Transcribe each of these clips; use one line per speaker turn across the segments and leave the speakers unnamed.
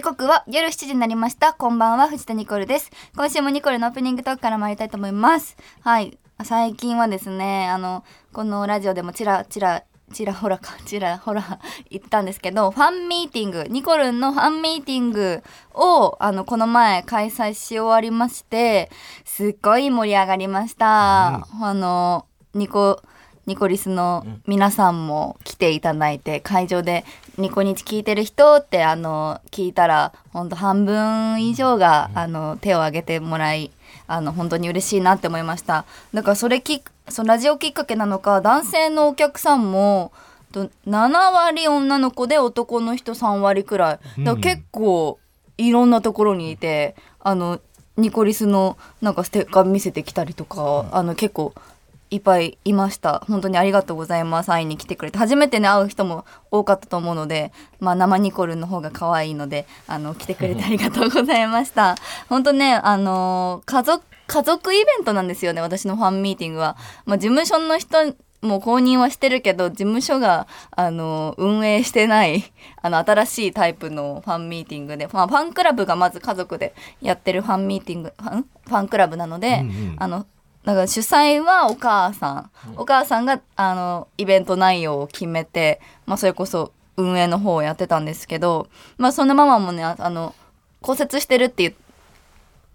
刻は夜7時になりましたこんばんは藤田ニコルです今週もニコルのオープニングトークから参りたいと思いますはい最近はですねあのこのラジオでもちらちらちらほらか ちらほら言ったんですけどファンミーティングニコルンのファンミーティングをあのこの前開催し終わりましてすっごい盛り上がりました、あのニコニコリスの皆さんも来ていただいて会場で「ニコニチ聞いてる人」ってあの聞いたらほんと半分以上があの手を挙げてもらいあの本当に嬉しいなって思いましただからそれきそのラジオきっかけなのか男性のお客さんもと7割女の子で男の人3割くらいだから結構いろんなところにいてあのニコリスのなんかステッカー見せてきたりとか、あの結構いっぱいいました本当にありがとうございます会いに来てくれて初めてね会う人も多かったと思うので、まあ、生ニコルンの方が可愛いのであの来てくれ てありがとうございました本当ねあの家族家族イベントなんですよね私のファンミーティングは、まあ、事務所の人もう公認はしてるけど事務所があの運営してないあの新しいタイプのファンミーティングで、まあ、ファンクラブがまず家族でやってるファンミーティングファンファンクラブなので、
うんうん
あのだから主催はお母さん、お母さんがあのイベント内容を決めて、まあ、それこそ運営の方をやってたんですけど、まあ、そのママもねああの骨折してるって言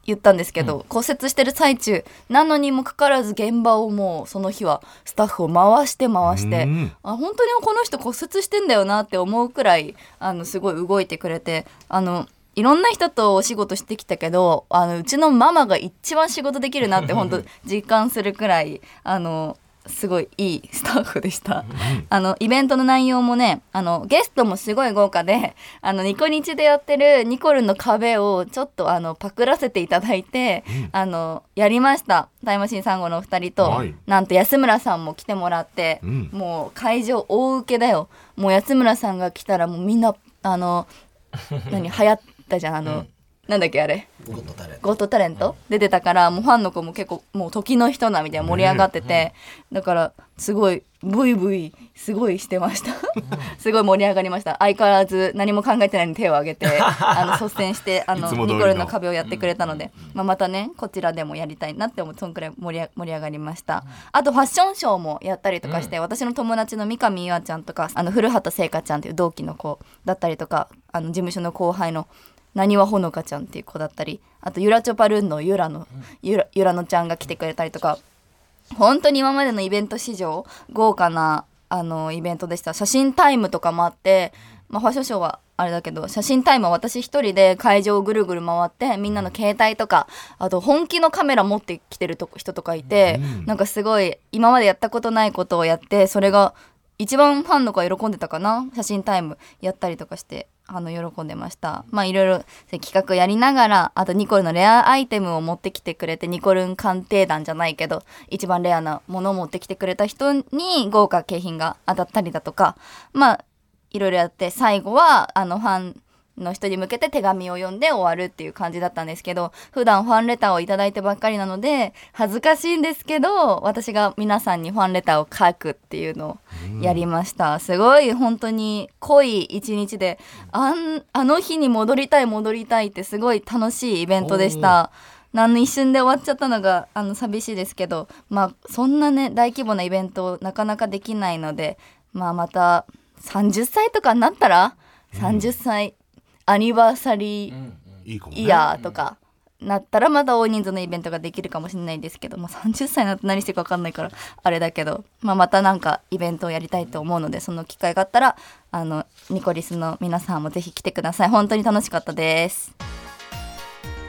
言ったんですけど、骨折してる最中なのにもかかわらず現場をもうその日はスタッフを回して回して、
うん
あ本当にこの人骨折してんだよなって思うくらいあのすごい動いてくれてあのいろんな人とお仕事してきたけどあのうちのママが一番仕事できるなって本 当実感するくらいあのすごいいいスタッフでした。あのイベントの内容もねあのゲストもすごい豪華であのニコニチでやってるニコルの壁をちょっとあのパクらせていただいて、あのやりましたタイムマシーン3号のお二人と、
はい
なんと安村さんも来てもらって、
うん
もう会場大受けだよもう安村さんが来たらもうみんなあの何流行ったじゃんあの、なんだっけあれ
ゴッドタレント
ゴッドタレント出てたからもうファンの子も結構もう時の人なみたいな盛り上がってて、だからすごいブイブイすごいしてました すごい盛り上がりました相変わらず何も考えてないのに手を挙げて あの率先してあの
いつ
ニ
も
コ
通りの
ルの壁をやってくれたので、まあ、またねこちらでもやりたいなって思うそんくらい盛りあ盛り上がりましたあとファッションショーもやったりとかして、私の友達の三上優愛ちゃんとかあの古畑聖華ちゃんっていう同期の子だったりとかあの事務所の後輩のなにわほのかちゃんっていう子だったりあとゆらちょぱるんのゆらのゆらゆらのちゃんが来てくれたりとか本当に今までのイベント史上豪華なあのイベントでした写真タイムとかもあって、まあ、ファッションショーはあれだけど写真タイムは私一人で会場をぐるぐる回ってみんなの携帯とかあと本気のカメラ持ってきてると人とかいて、なんかすごい今までやったことないことをやってそれが一番ファンの子は喜んでたかな写真タイムやったりとかしてあの喜んでましたまあいろいろそういう企画やりながらあとニコルのレアアイテムを持ってきてくれてニコルン鑑定団じゃないけど一番レアなものを持ってきてくれた人に豪華景品が当たったりだとかまあいろいろやって最後はあのファンの人に向けて手紙を読んで終わるっていう感じだったんですけど普段ファンレターをいただいてばっかりなので恥ずかしいんですけど私が皆さんにファンレターを書くっていうのをやりました、すごい本当に濃い一日であんあの日に戻りたい戻りたいってすごい楽しいイベントでした。あの一瞬で終わっちゃったのがあの寂しいですけど、まあ、そんなね大規模なイベントをなかなかできないので、まあ、また30歳とかになったら30歳アニバーサリー
いいかもね
イヤーとかなったらまた大人数のイベントができるかもしれないですけど、まあ、30歳になって何してるか分かんないからあれだけど、まあ、またなんかイベントをやりたいと思うのでその機会があったらあのニコリスの皆さんもぜひ来てください本当に楽しかったです。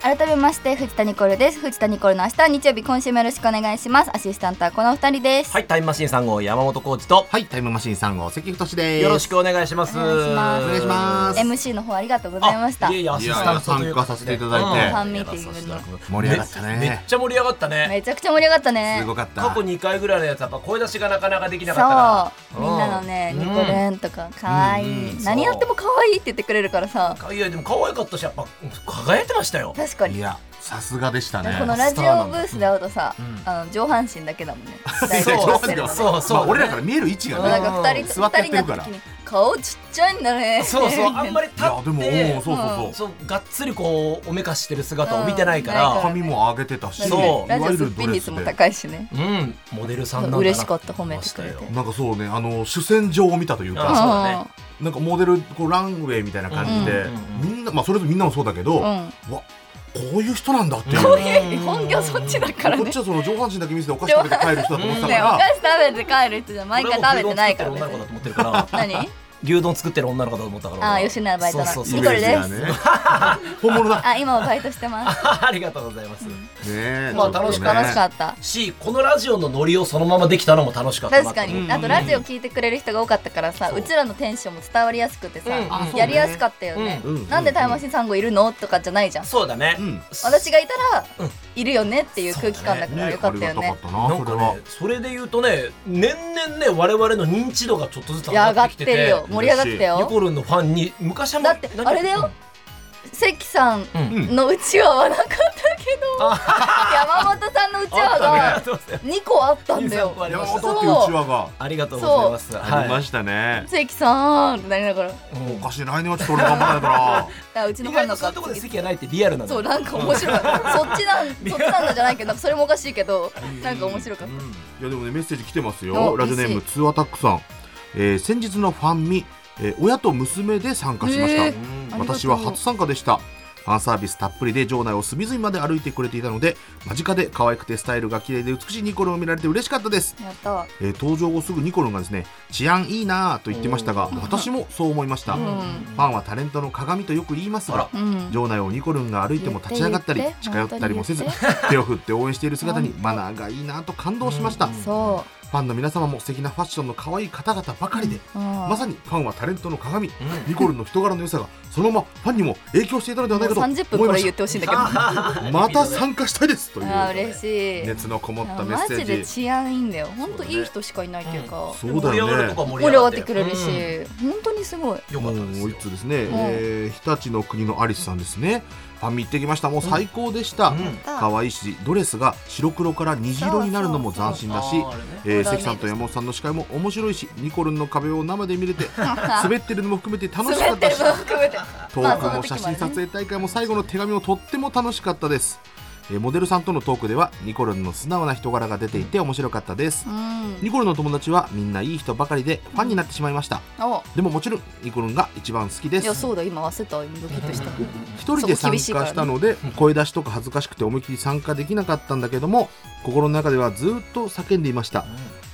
改めまして藤田ニコルです藤田ニコルの明日は日曜日今週もよろしくお願いしますアシスタントはこのお二人です、
はいタイムマシーン3号山本浩二と
はい、タイムマシーン3号、関太です。
よろしくお願いします
お願いします
お願いします。
MC の方ありがとうございました
あいえいえアシスタントというこ
いやいや参加
とで
させていただいて
うん
フ
ァンミーティングに
いやさせていただく
盛り上がったね
めめっちゃ盛り上がったね
めちゃくちゃ盛り上がったね
すごかった。
過去2回ぐらいのやつやっぱ声出しがなかなかできなかった
そう
から
みんなのね
うん
ニコルンとか可愛い
うん
何やっても可愛いって言ってくれるからさ
うんいやでも可愛かったしやっぱ輝いてましたよ
確か
い
に
や、さすがでしたね。
このラジオブースで会うとさ
うん
あの上半身だけだもんね
そう
ライブして
上半身
る
が
のね
そうそう
まあ俺らから見える位置
そうな
が
ん
ね。
か二人
座って
二
や
人になった
ってるから
時に顔ちっちゃいんだね
そう そうあんま
り
り立
いやでも
っ
うん
て
そうそうそ
そうがっつりこうおめかししてる姿を見てないか
うん
う
ら
髪も上げてたし
そう
い
ラジ
わ
オ
ゆ
ス
る
ッピン
ドレ
率
ス
も
で
高いしね
うんモデルさんなんだな
嬉しかった褒めてくれて
思いま
なんかそうねあの主戦場を見たという
あ
か
そうだね
なんかモデルこうランウェイみたいな感じで
うんうんうん
みんなまあそれぞれみんなもそうだけ
う
ど
ん
わ
うん
こういう人なんだっていう
こう
いや本業そっちだからね
こっ
ね
ちはその上半身だけ見せてお菓子食べて帰る人だと思って
お
た
だ
か
菓
ら
子食べて帰る人じゃん毎回食べてないから
俺
別
は牛丼
に
作ってる女の子だと思って るか
何
ら牛丼作ってる女の子だと思ったから
あ吉野家バイトの
そうそう
イ
そう
メージがね 本物だ
あ今はバイトしてます
ありがとうございます、
ねえ
まあ楽しかった
楽しかった
しこのラジオのノリをそのままできたのも楽しかったな
確
と
か
思う
に
ん
あとラジオ聞いてくれる人が多かったからさ
そう
うちらのテンションも伝わりやすくてさ
うんあそう
ね
やりやすかったよね
うんうん
なんでタイムマシーン3号いるのとかじゃないじゃん
そうだね、
うん
私がいた
う
ら
ん
いるよねっていう空気感だから
ねあ
よ
り
か
が
った
た
よ
か
ね
った
な
なんそれ
か
は
ねそれで言うとね年々ね我々の認知度がちょっとずつ
い
上
や上が
がっ
って
きて
て
て
るよ盛り上がってた
ニ
よ
コルンのファンに昔はもう
だって
何
あれだよ関さん
うん、うん
うん
のうちわはなかったけど山本さんのうちわ
あっ
が
たねそうですね
2個あったんだ
二
よ
個ありま
山
した
本
そう
っていううちわが
ありがとうございます
ありま
し
したね
関さんってなりながら
た、うん
おかしい来年はちょっと俺頑張らない とな
あうちの
意
ファン
外
の
とそうい
方
うとこで席がないってリアルなの
そうなんか面白いそっちなんそっちなんだじゃないけどなんかそれもおかしいけどなんか面白かっ
うん
いやでもねメッセージ来てます
あ
よラジオネーム
嬉
ツーアタックさん、えー先日のファンミ、えー親と娘で参加しました、
へー
うん
ありがとう
私は初参加でしたファンサービスたっぷりで場内を隅々まで歩いてくれていたので間近で可愛くてスタイルが綺麗で美しいニコルンを見られて嬉しかったです、
たやった
えー登場後すぐニコルンがですね治安いいなぁと言ってましたが私もそう思いました、
う
フ
ん
ァンはタレントの鏡とよく言います
あら
が
うん
場内をニコルンが歩いても立ち上がったり
言って言って
近寄ったりもせず
本
手を振って応援している姿にマナーがいいなぁと感動しました、
うん
そ
ファンの皆様も素敵なファッションの可愛い方々ばかりで、
う、うん、ま
まさにファンはタレントの鏡、ニコルンの人柄の良さがそのままファンにも影響していたのではないかと思いま
30
した
分これ言ってほしいんだ けど
また参加したいですという
あー嬉しい
熱のこもった
あ
メッ
マ
セ
ジ
ー
で
ジ
治安いいんだよ本当いい人しかいないっていうか、
そうだよね
盛り上がるとこは盛
盛り上がって
よ
くれるし、本当にすごい
うんよ
も
か
う
ったですよ
一つですね、
ん
えー日立の国のアリスさんですねファンミ行ってきましたもう最高でした、
うん
可愛いしドレスが白黒から虹色になるのも斬新だし
あーあれね
えー
そうだね
関さんと山本さんの司会も面白いしニコルンの壁を生で見れて 滑ってるのも含めて楽しか
滑っ
っ
て
た
る
し
分含めて
トークも写真撮影大会も最後の手紙もとっても楽しかったです、えーモデルさんとのトークではニコルンの素直な人柄が出ていて面白かったです
うん
ニコルンの友達はみんないい人ばかりでファンになってしまいました
お
でももちろんニコルンが一番好きで
いや
す
そうだ今忘れた今ドキッとした
一人で参加したので声出しとか恥ずかしくて思いっきり参加できなかったんだけども心の中ではずっと叫んでいました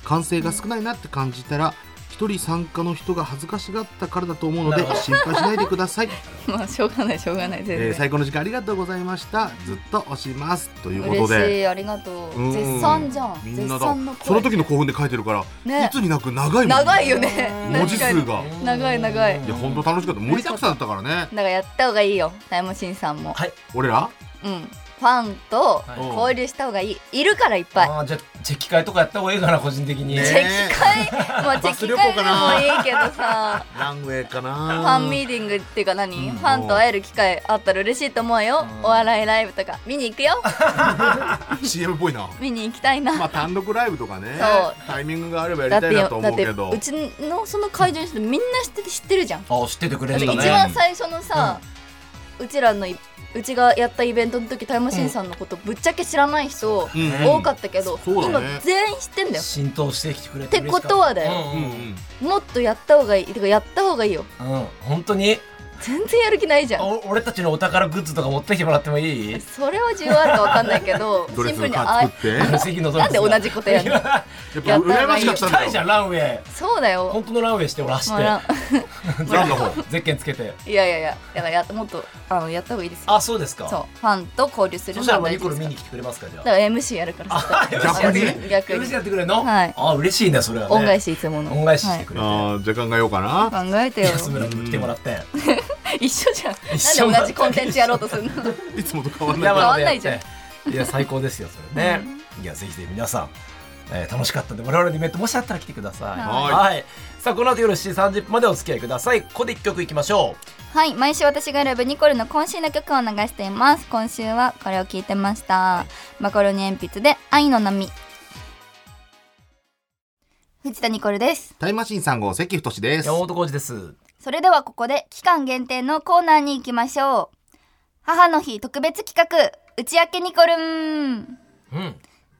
歓声が少ないなって感じたら一人参加の人が恥ずかしがったからだと思うので
なるほど
心配しないでくだ さい
まあしょうがないしょうがない全然、
えー最高の時間ありがとうございましたずっと推しますということ
嬉し
で
いありがと
う
うん絶賛じゃん
みん
絶
なだ
賛の声
その時の興奮で書いてるから、
ね
いつになく長いもん
長いよね
文字数
確か
が
に長い長い
いや本当楽しかった盛りだくさんだったからね
にだからやった方がいいよタイムマシーンさんも、
はい
俺ら
うんファンと
はい
交流した方がいいいるからいっ ぱい
あーじゃあチェキ会とかやった方がいいかな個人的に
ね
チェキ会まあチェキ会でもいいけどさ
ランウェイかな
フ
フ
ァンミーティングっていうか何、
うん
ファンと会える機会あったら嬉しいと思うよ、
うん
お笑いライブとか見に行く よ
CM っぽいな
見に行きたいな、
まあ単独ライブとかね
そう
タイミングがあれば
だ
や
っ
りた
て
いな
よ
と
だ
思
っ
う
て
けど
うちのその会場の人みんな知ってて知ってるじゃん、
あー知っててくれ
だって
るん
一
だ
番
ね
最初のさ、うちらのいうちがやったイベントの時タイムマシーンさんのことぶっちゃけ知らない人
うんうん
多かったけど、
そうだ
今
ね
全員知ってんだよ
浸透してきてくれ
ってことはだよ
う
よ
んうん
もっとやった方がいいてかやった方がいいよ
うん、うん、本当に
全然やる気ないじゃん
お俺たちのお宝グッズとか持ってきてもらってもいい
それは需要あるかわかんないけ ど
ドレ
シン
ス
プ
の
ルに
カ
あ
ー作って
席の
なんで同じことや るの
やっぱ羨ましかったん
たいじ
だ
ゃ
よ
んランウェイ
そうだよ
本当のランウェイして俺走
も
っ
う
て
ラン
ランの方
ゼッケンつけて
いやいやいやだからやもっとあのやった方がいいですよ
あそうですか
そうファンと交流する
そし
の
たら
は
もうニ
大
コ
事
ル
です
見
か
に来てくれますからじゃ
らだ
あ
から MC やるからそしたら
逆 に
逆に
嬉しやってくれるの
はい
あ嬉しいねそれはね
恩返しいつもの
恩返ししてくれて
あーじゃあ考えようかな
はい考えてよ
安村君来てもらって
一緒じゃん
一緒
なんで同じコンテンツやろうとするの
いつもと変わらない
や変わんないじゃん
んいや最高ですよそれねいやぜひぜひ皆さんえー楽しかったんで我々のイベントもしあったら来てください
はい
いさあこの後夜7時30分までお付き合いくださいここで一曲いきましょ
はい毎週私が選ぶニコルの渾身の曲を流しています今週はこれを聞いてましたマカロニ鉛筆で愛の波藤田ニコルです
タイムマシーン3号関太です
山本浩二です。
それではここで期間限定のコーナーに行きましょう母の日特別企画打ち明けニコルン
うん。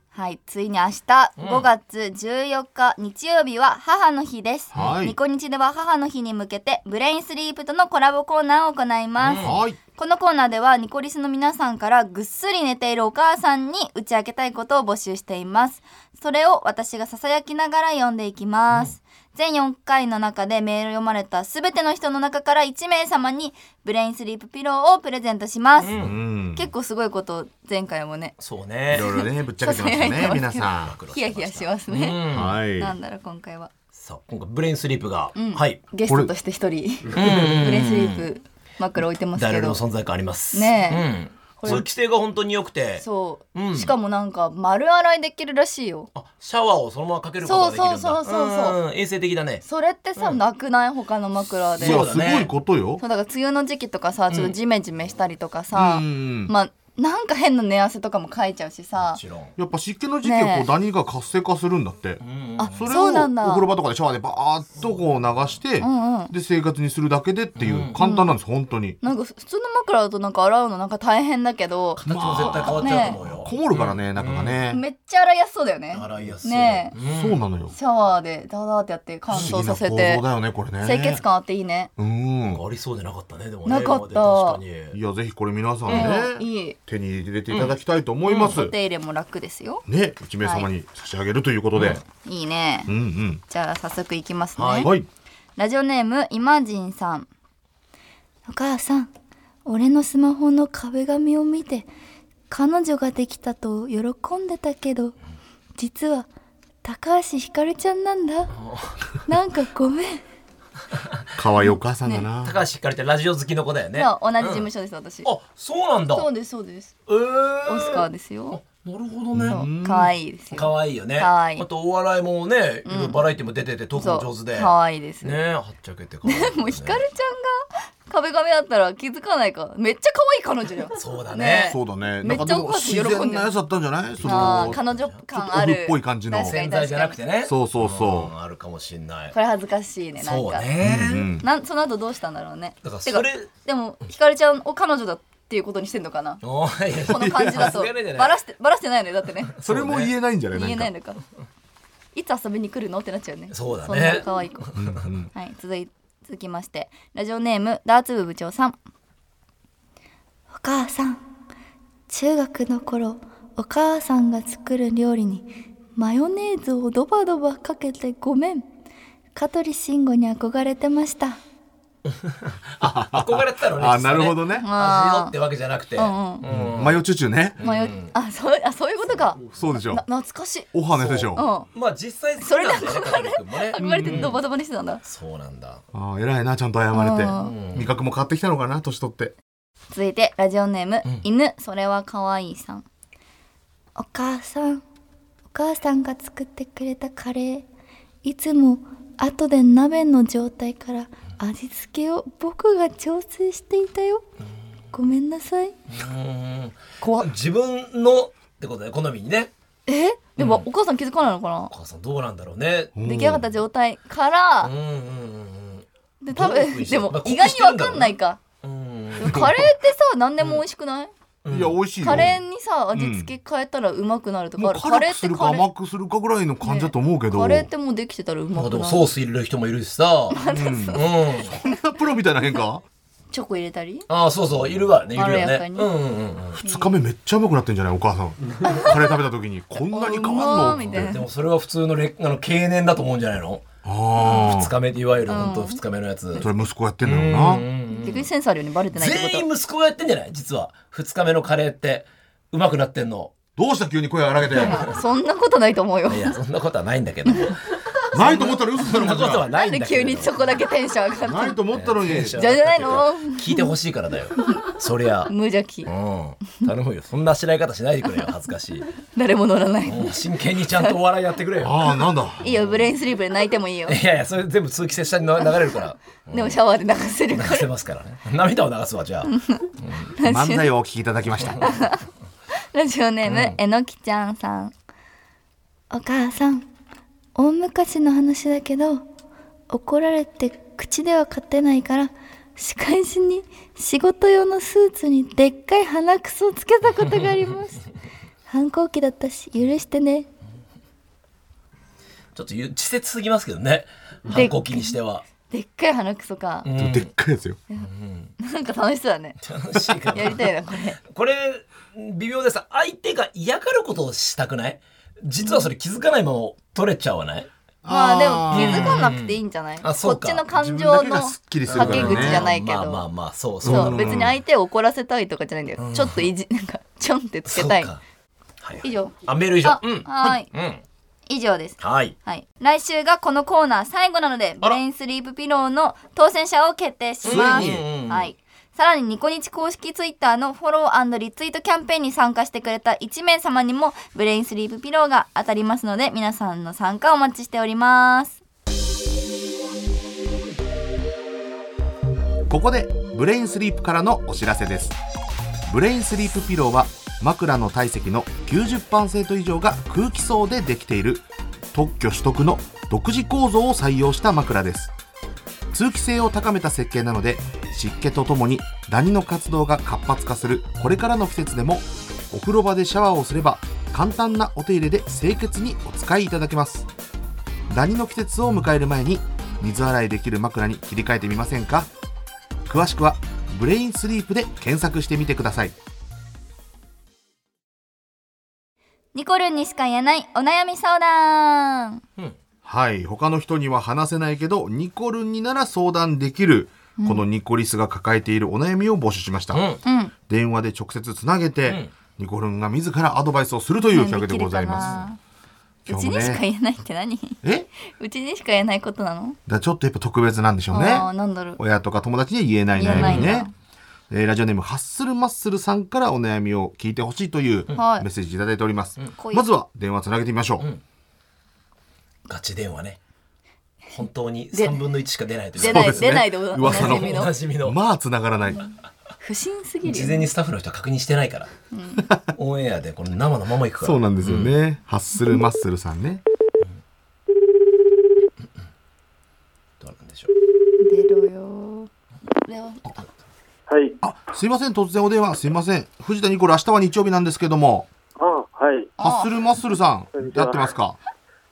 はい、ついに明日、
うん
5月14日日曜日は母の日です。
はい
ニコニチでは母の日に向けてブレインスリープとのコラボコーナーを行います。
うん
はい
このコーナーではニコリスの皆さんからぐっすり寝ているお母さんに打ち明けたいことを募集しています。それを私がささやきながら読んでいきます。全4回の中でメールを読まれた全ての人の中から1名様にブレインスリープピローをプレゼントします。
う。
うんん
結構すごいことを前回もね、
そうね
い。ろいろねぶっちゃけてま
ささ
した
やい
ね
てま
皆
すけど
さ
ヒヤヒヤします
う
ね。
ん
ん。
はい
なんだろう今回は、
さあ今回ブレインスリープが
うん
はい。
ゲストとして一人
ブ
ブレ
レ
インスリープ枕置いてます
誰
け
より
ど
も存在感あります。
ね
うん。
こ
こ
れ
れ規制が本当に良くて、
そう、
うん
しかもなんか丸洗いできるらしいよ
あシャワーをそのままかけることができるんだ。
そうそうそうそうそ
ん衛生的だね。
それってさ、
うん
なくない他の枕
ん
で
い
そ
や
そう
だ
だ
す
ね
ごいことよ
から梅雨の時期とかさちょっとジメジメしたりとかさ、
うん
まあなんか変な寝汗とかもかいちゃうしさ
もちろん。
やっぱ湿気の時期は
ね
こ
え
うダニが活性化するんだって
うん
あ
それ
そう
をお
なん
風
だ
呂場とかでシャワーでバーッとこう流して
うんうん
で生活にするだけでっていう
うん
簡単なんです本当に
なんか普通の枕だとなんか洗うのなんか大変だけど
形も絶対変わっちゃうと思うよ。
こもるからね中がね
めっちゃ洗いやすそうだよ
う
ね
ん。洗いやすい。
ねえ
うん
そうなのよ
シャワーでダダーってやって乾
不
燥
思議
さ
な
せ
構造
て
だよねこれね
清潔感あっていいね
うん
ありそうでなかったねでもね
なかった
今まで確か
い
に
やぜひこれ皆さん
うん
ね
いい
手に入れていただきたいと思います
お手入れも楽ですよ
ね1名様に差し上げるということで
いいね、
うんうん
じゃあ早速いきますね、
はい
ラジオネームイマジンさんお母さん俺のスマホの壁紙を見て彼女ができたと喜んでたけど実は高橋ひかるちゃんなんだなんかごめ ん
可愛いお母さんだな
高橋ひかりってラジオ好きの子だよね
そう同じ事務
所
所です私
あそうなんだ
そうですそうです
えー
オスカーですよ
なるほど
そ
ね
う可愛いですよ
可愛いよね
可愛い
あとお笑いもねいろいろバラエティも出ててトーク
そう
も上手で
可愛いです、
ねえはっちゃけて可愛いよね
もうひかるちゃんが壁紙だったら気づかないかめっちゃ可愛い彼女よ
そうだ
ね
ね
そうだね
め
な
っ
ん
ちゃ
かでも
お母さん喜ん
自
でる
然なやつだったんじゃないそ
あ
の
ー彼女感あ
ちょ
る
っとオフっぽい感じの
確かに
潜在じゃなくてね
そうそうそ
んあるかもしんない
これ恥ずかしいねなん
そう
か
ね
ううん
なんその後どうしたんだろうね
だから
て
それ
でもひかるちゃんを彼女だっていうことにしてんのかな
おーいや
この感じだ
さす
と
がにじゃ ない
バラしてバラしてないのよだってね
それも言えないんじゃない
言えない
んか
のかいつ遊びに来るのってなっちゃうね
そうだね
んな可愛い子はい続い続きましてラジオネームダーツ部部長さん
お母さん中学の頃お母さんが作る料理にマヨネーズをドバドバかけてごめん香取慎吾に憧れてました
憧れてたのね
あーなるほどね
味のってわけじゃなくて
ん
うん
マヨチュチュね
迷っあそうあそういうことか
そうでしょ
な懐かしい
おはねでし
うん
ょ
まあ実際好き
それで
なんだよね高木君もね
憧れてドバドバにしてたんだ
そうなんだ
あー偉いなちゃんと謝れ
う
て味覚も変わってきたのかな年取って
続いてラジオネーム、
ん
犬それは可愛いさん
お母さんお母さんが作ってくれたカレーいつも後で鍋の状態から味付けを僕が調整していたよごめんなさい
怖っ
自分のってことで好みにね
えでも、お母さん気づかないのかな
お母さんどうなんだろうね
ん
出来上がった状態から、
うんうん
で多
どういうふう
分
にし
で
て
も
まあ
意外にわかんないか、
うんうん
でもカレーってさ何でも美味しくない、
いや美味しいよ
カレーにさ味付け変えたらうまくなるとか
も
あ
う
る、カレー
辛く
っ
す
て
るか
カレー
甘くするかぐらいの感じだと思うけど
カレーってもうできてたらうま
まあ
く
でも
な
ソ
る
ース入れる人もいるしさうん
プロみたいな変化
チョコ入れたり
ああそうそういるわねいる
まろ
よ
やか
ね
に
うんうんうん
2日目めっちゃうまくなってんじゃないお母さ んカレー食べた時にこんなに変わ
うんまー
の
みたい
で
な
もそれは普通のれあの経年だと思うんじゃないの
あ
二日目いわゆる本当二日目のやつ
あそれ息子やってんだろう
うんう
なん
逆にセンスあるようにバレてないってこと
全員息子がやってんじゃない実は二日目のカレーってうまくなってんの
どうした急に声荒げ て
そんなことないと思うよ
い やそんなことはないんだけども
ないと思ったら嘘
そ
だ
ん
ろ
な
こ
こ
ちら
とはな
ないん
んだ
で
けど
急にそこだけテンション上がった
ないと思ったのに
じゃじゃないの
聞いてほしいからだよそりゃう
無邪気
ん頼むよそんなあしらい方しないでくれよ恥ずかしい
誰も乗らない
もう真剣にちゃんとお笑いやってくれよ
ああな んだ
いいよブレインスリープで泣いてもいいよ
いやいやそれ全部通気性下に流れる から
でもシャワーで流せる
流
から
せますからね涙を流すわじゃあ
漫才をお聞きいただきま した
ラジオネーム、えのきちゃんさん
お母さん大昔の話だけど怒られて口では勝てないから仕返しに仕事用のスーツにでっかい鼻くそをつけたことがあります 反抗期だったし許してね
ちょっとゆ稚拙すぎますけどね反抗期にしては、
でっかい鼻くそか
う、ん
でっかいやつよ
なんか楽しそうだね
楽しいか
やり
な
たいなこれ
これ微妙です相手が嫌がることをしたくない実はそれ気づかないまま取れちゃわない、
まあでも気づ
ー
かなくていいんじゃない
あそう
こ
か
っちの感情
自分だけ
の
がすっきりする
か
からね
け口じゃない
ま
け
あま
ど
あまあそうそう
そ
な
う
の
別に相手を怒らせたいとかじゃないんだよちょっといじ なんかちょんってつけたい
そうかはいはい
以上
あメール以上
あ
うん
はーい
うん
以上です
はい
はい来週がこのコーナー最後なので
あ
ブ
ら
レインスリープピローの当選者を決定しま
つい
す
に
はいさらにニコニチ公式ツイッターのフォローリツイートキャンペーンに参加してくれた1名様にもブレインスリープピローが当たりますので皆さんの参加お待ちしております
ここでブレインスリープからのお知らせですブレインスリープピローは枕の体積の90%以上が空気層でできている特許取得の独自構造を採用した枕です通気性を高めた設計なので湿気とともにダニの活動が活発化するこれからの季節でもお風呂場でシャワーをすれば簡単なお手入れで清潔にお使いいただけますダニの季節を迎える前に水洗いできる枕に切り替えてみませんか詳しくはブレインスリープで検索してみてください
ニコルンにしか言えないお悩み相談
はい他の人には話せないけどニコルンになら相談できる、このニコリスが抱えているお悩みを募集しました、
うん
うん
電話で直接つなげて、
ん
ニコルンが自らアドバイスをするという企画でございます
で
今
き
日
るかなうち
も
にしか
ね
言えないって 何
え
うちにしか言えないことなの
だちょっとやっぱ特別なんでしょうね
あーなんだろう
親とか友達には言えない
言えな
悩
い
み
んだ
ねえーラジオネームハッスルマッスルさんからお悩みを聞いてほしいというメ
はい
ッセージいただいております、
こういう
まずは電話つなげてみましょう、
ガチ電話ね本当に3分の1しか出ないという
出ない
そうですね
出ないでおおな
噂
じ
の
み
お
の
なじみの
まあ繋がらない
不審すぎる
事
よ
前にスタッフの人は確認してないから、オンエアでこの生のままいくから
そうなんですよね、ハッスルマッスルさんね
どうなんでしょう
出ろよ出ろ
はい。あ
あすいません突然お電話すいません藤田ニコル明日は日曜日なんですけども
はい。
ハッスルマッスルさ
こん
ん
にちは
やってますか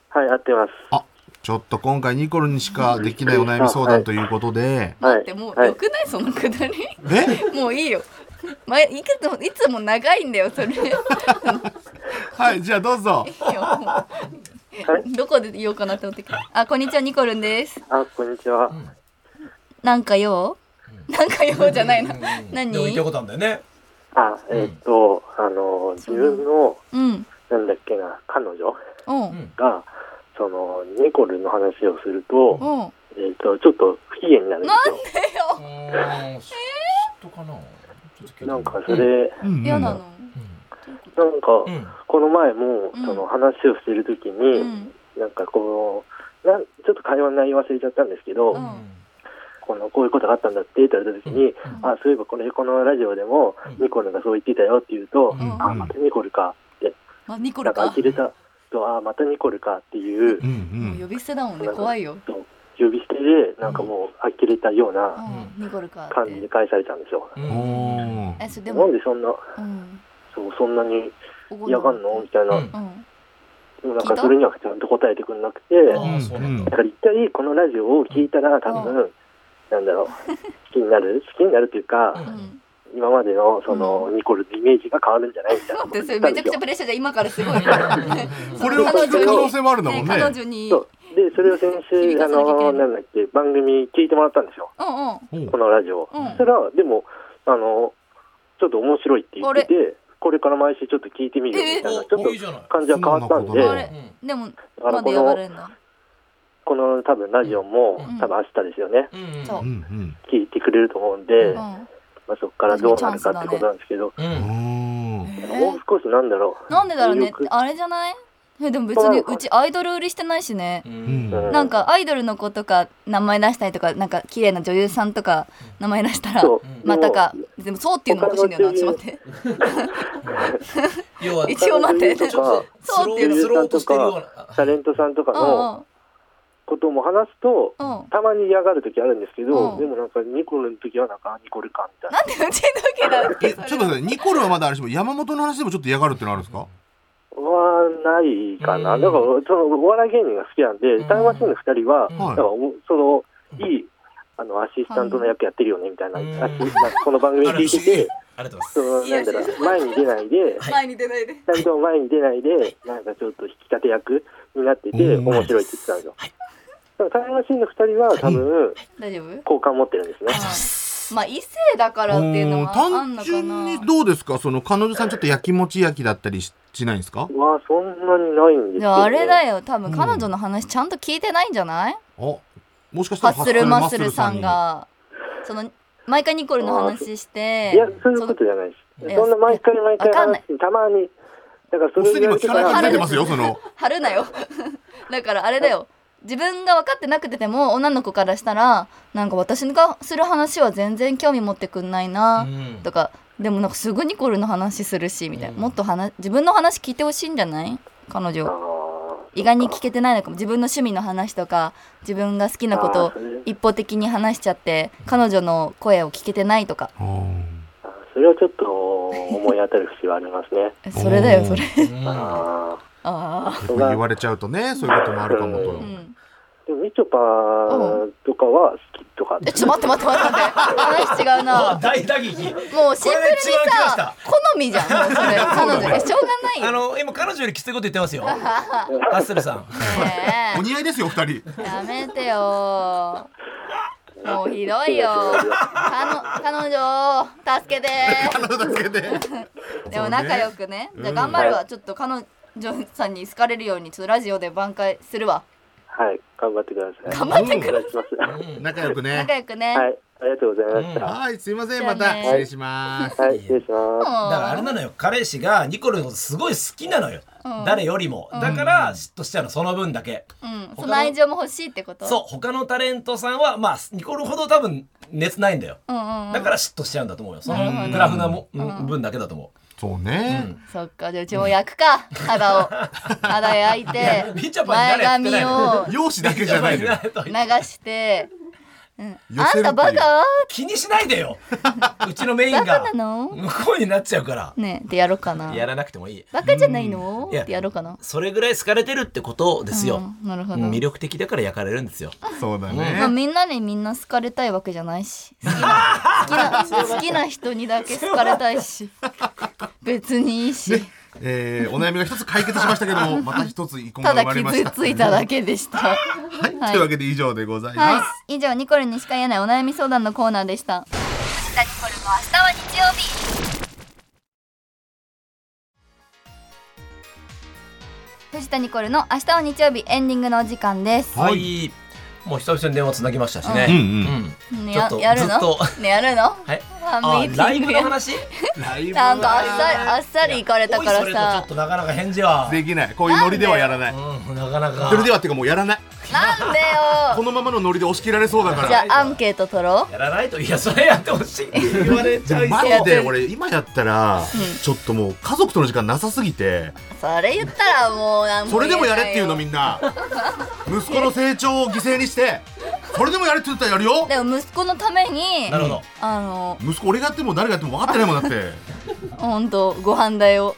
はい、合ってます。
あちょっと今回ニコルにしかできないお悩み相談ということで、
はい。
ってもう
はい
よくないそのくだり
え
もういいよ前いくつもいつも長いんだよそれいいよ
はいじゃあどうぞ
もうどこで言おうかなって思ってあこんにちはニコルンです
あ、こんにちは。
なんかようなんかようじゃないな何
でも言いたいことなんだよね
あ、えっ、と、あの、自分の、
うん
なんだっけな、彼女
お
ん
う
が、その、ニコルの話をすると、
おう
えっ、と、ちょっと不機嫌になるんです
うーん嫉妬かなちょっと聞いてみる
よ。なんか、それ、
うんう ん
嫌なの
なん
う
か、
ん
この前も、
うん
その話をしてるとき
う
に、
ん
なんかこう、なんちょっと会話の内容忘れちゃったんですけど、
うん
このこういうことがあったんだって言われた時に、あそういえばこれこのラジオでも
うん
ニコルがそう言ってたよって言うと、
うん
あまたニコルかって
あニコル
なんか
か
呆れたとあまたニコルかっていう
うん
もう
う
呼
ん
び捨てだもんね怖いよ
呼び捨てでなんかもう呆れたような
うんニコルかっ
感じで
て
返されたんですよ。
うん
おー
えそれで
な
も
んでそんな
うん
そうそんなに
怒
嫌がんのみたいな、
うん
うん
でもなん
聞い
か
た
それにはちゃんと答えてくれなくて、
あーそうなん
うん
だ
だから一体このラジオを聞いたら多分、なんだろう好きになる好きになるというか、
うん
今までのそのニコルのイメージが変わるんじゃないみたいな
だっ
こと
て
を
そ
言
れめ
ったん
ちゃ
です
く
よ
ちゃプレッシャーじゃ今からす ごいね
これを聞く可能性もあるんだも
ね
ん
彼
ね
女に
そう。で、それを先
響
週、
か
あ
せなきゃいけない
の、なんだっけ、番組聞いてもらったんですよ。
うんうん
おう
このラジオ。
うん
そしたら、でも、あの、ちょっと面白いって言ってて、これから毎週ちょっと聞いてみるみたいな、ちょ
おいい
っ
じゃない
と感じは変わったん
そんなこと
あ
ない
で、
れでも
あ
ま
の
だ
こ
やがれ
の、
るんだ
この多分ラジオも、
うん
多分明日ですよね。
うんうん
そう
うんうん
聞いてくれると思うんで、
う
ま
ん
あそこからどうなるかってことなんですけど、
うんうん
おー
もう少しなんだろう。
なんでだろうね
魅力
あれじゃないえでも別に
そうなの
うちアイドル売りしてないしね
う
うんん
なんかアイドルの子とか名前出したりとかなんか綺麗な女優さんとか名前出したら
そう
まあたかでもそうっていうのもおかしいんだよなちょっと待って
要は、
一応待って
他の
ちょっ とスロ
そうっていうの
ースローとしてるような。
タレントさんとかのことも話すと、
うんうんうん
たまに嫌がる時あるんですけど、
うん
でもなんかニコルの時はなんかあニコルかみたいな
なんでうちの時だって
えちょっ
それ
と待ってニコルはまだあれしも山本の話でもちょっと嫌がるってのあるんですか
はないかな、
うん
だからそのお笑い芸人が好きなんで、
ん
タイムマシーンの2人は、
はい
だからおそのいいあのアシスタントの役やってるよねみたいな、
うん
アシなんかこの番組聞いてて、
ありがとうございます。
そのなんだろう前に出ないで、
前に出ないで
2人とも前に出ないで、なんかちょっと引き立て役になってて、
うん
面白いって言ってたんですよ。だからタイムマシーンの2人は多分、
大丈夫
好感持ってるんですね。
まあ異性だからっていうの
うん
はあん
単
のかな
純にどうですかその彼女さんちょっとやきもち焼きだったりししないんですか
うわそんなにないんですけどね
じゃああれだよ多分彼女の話ちゃんと聞いてないんじゃない、
あもしかした
ハ
ら
ッスルマッスルさんがその毎回ニコルの話して
いや、そういうことじゃないで
え
す。そんな毎回毎回
わかんな
話
い
して、たまに、だからそ
もうす
れ
でに
ぐ
今
らい
聞
い
かれ
から、
始めてますよその
貼るなよ だからあれだよ自分が分かってなくてても女の子からしたらなんか私がする話は全然興味持ってくんないなとかでもなんかすぐニコルの話するしみたいなもっと話自分の話聞いてほしいんじゃない彼女意外に聞けてないのかも自分の趣味の話とか自分が好きなことを一方的に話しちゃって彼女の声を聞けてないとか
うん
あーそれはちょっと思い当たる節はありますね。
え それだよそ れ
うん
あー
ああ
やっぱ言われちゃうとねそういうこともあるかもと、
う
うん
でも、みちょぱとかは好きとかって
えちょ待って待って待って待って話違う
あ
な
大打撃。
もうシンプルに
これ違う気がし
さ
た
好みじゃんもうそれ彼女えしょうがない
あ
よ
の今彼女よりきついこと言ってますよ。ハッスルさん。
お
ね
似合いですよお二人
えやめてよもうひどいよかの彼女を助けて
彼女だけで
でも仲良くねじゃあ頑張るわちょっと彼女さんに好かれるようにちょっとラジオで挽回するわ
はい、頑張ってください。
頑張ってく
お
る
願いします。は
仲良くね
仲良くね
い、ありがとうございまし
はいすいません
じゃあ
ま
ね
た失礼します
た。はい、失礼します。
だからあれなのよ彼氏がニコルのことすごい好きなのよ、誰よりも、だから嫉妬しちゃうのその分だけ、
うんその愛情も欲しいってこと
そう他のタレントさんはまあニコルほど多分熱ないんだよ、
うんうんうん
だから嫉妬しちゃうんだと思うよそのグラフなも、うん分だけだと思
そう
う、う
ね
ん、
そっかじゃあうちも焼くか肌を肌焼いて
みちょぱ
前
に誰やっ
髪
てない
を
容姿だけじゃないの よ
流して、うん、
寄
あ
せるっていうん
たバカ
気にしない でようちのメイン
バカ
が
なの
向こうになっちゃうから
ねえってやろうかな
やらなくてもいい
バカじゃないの
うんいや
ってやろうかな
それぐらい好かれてるってことですよ、
うんなるほど、
うん魅力的だから焼かれるんですよ
そうだ
まあ、
ね
みんなにみんな好かれたいわけじゃないし好きな好きな好きな人にだけ好かれたいし別にいいし
えーお悩みが一つ解決しましたけどもまた一つ遺恨が
た
生
だ
まれまし
傷
た
ついただけでしたは
はい、というわけで以上でございます、
はい以上ニコルにしか言えないお悩み相談のコーナーでした藤田ニコルの明日は日曜日藤田ニコルの明日は日曜日エンディングのお時間です、
はい、もう久々に電話つなぎましたしね、
うん
うん
ね
ちょっ
や
と
やる
ずっ
の
と
ねやるの
はい
ファ
あ
ンミーテ
ラ
ィ
イ
ング
ブの
や
話
ライブ
なんかあっ
は
さりあっさり行かれたか
おいそ
ら
れとちょ
さ
っとなかなか返事は
できないこういうノリではやらない
うんなかなか
それではっていうかもうやらない
なんでよ
こ のままのノリで押し切られそうだから
じゃあアンケート取ろう
やらないといやそれやってほしいって言われちゃいそ
マ
う
ジで俺今やったら
ん
ちょっともう家族との時間なさすぎて
それ言ったらもうなんも
それでもやれっていうの
言
みんな息子の成長を犠牲にしてそれでもやれって言ったらやるよ
えないよでも息子のために
なるほど
あの
息子俺がやっても誰がやっても分かってないもんだって
本当ご飯代を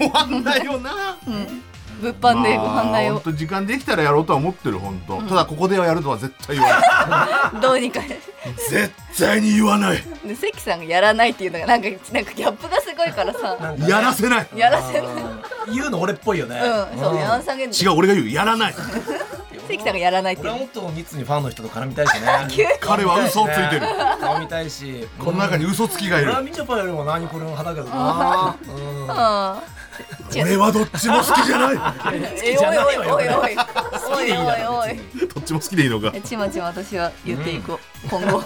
ご飯だよな
物販でご飯代
まあほん
を
と時間できたらやろうとは思ってる本当、ただここではやるとは絶対言わない
どうにか
絶対に言わない
で関さんがやらないっていうのがなんかなんかギャップがすごいからさ
やらせない
やらせないうん
言うの俺っぽいよね
そう山田さんが
違う俺が言うやらない
関さんがやらないってい
俺
う
はもっと密にファンの人と絡みたいしね
彼は嘘をついてる
絡みたいし
この中に嘘つきがい
俺
る
はみちょぱよりも何これの派だけどな
うん好
俺はどっちも好きじゃない
き
じゃないわよ
おいおいおいおいお
でいいだ
いお
ろ
いおい
どっちも好きでいいのか
えちまちま私は言っていこう今後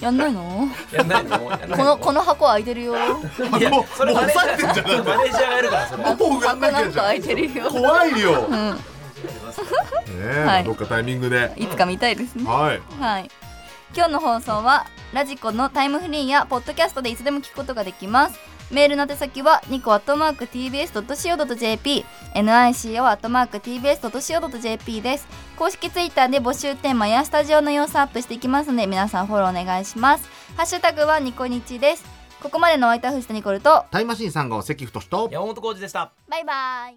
やんないの
やんないのやんない
このこの箱開いてるよ
もう
いや
もう
それマネージ
抑えてんじ
ャ
ゃん
ーマネージャーがやるからそれ
もうや
箱
んなき
な
ゃ
ん
じ
か
ゃ
開
ん
いてるよ
怖いよ、ね
ん
え、
はい
どっかタイミングで
いつか見たいですね
はい
はい今日の放送はラジコのタイムフリーやポッドキャストでいつでも聞くことができますメールの宛先はニコアットマーク TBS.CO.JP NICO アットマーク TBS.CO.JP です公式ツイッターで募集テーマやスタジオの様子アップしていきますので皆さんフォローお願いしますハッシュタグはニコニチですここまでのお相手は藤田ニコルと
タイムマシーン3号関太と
山本浩二でした
バイバイ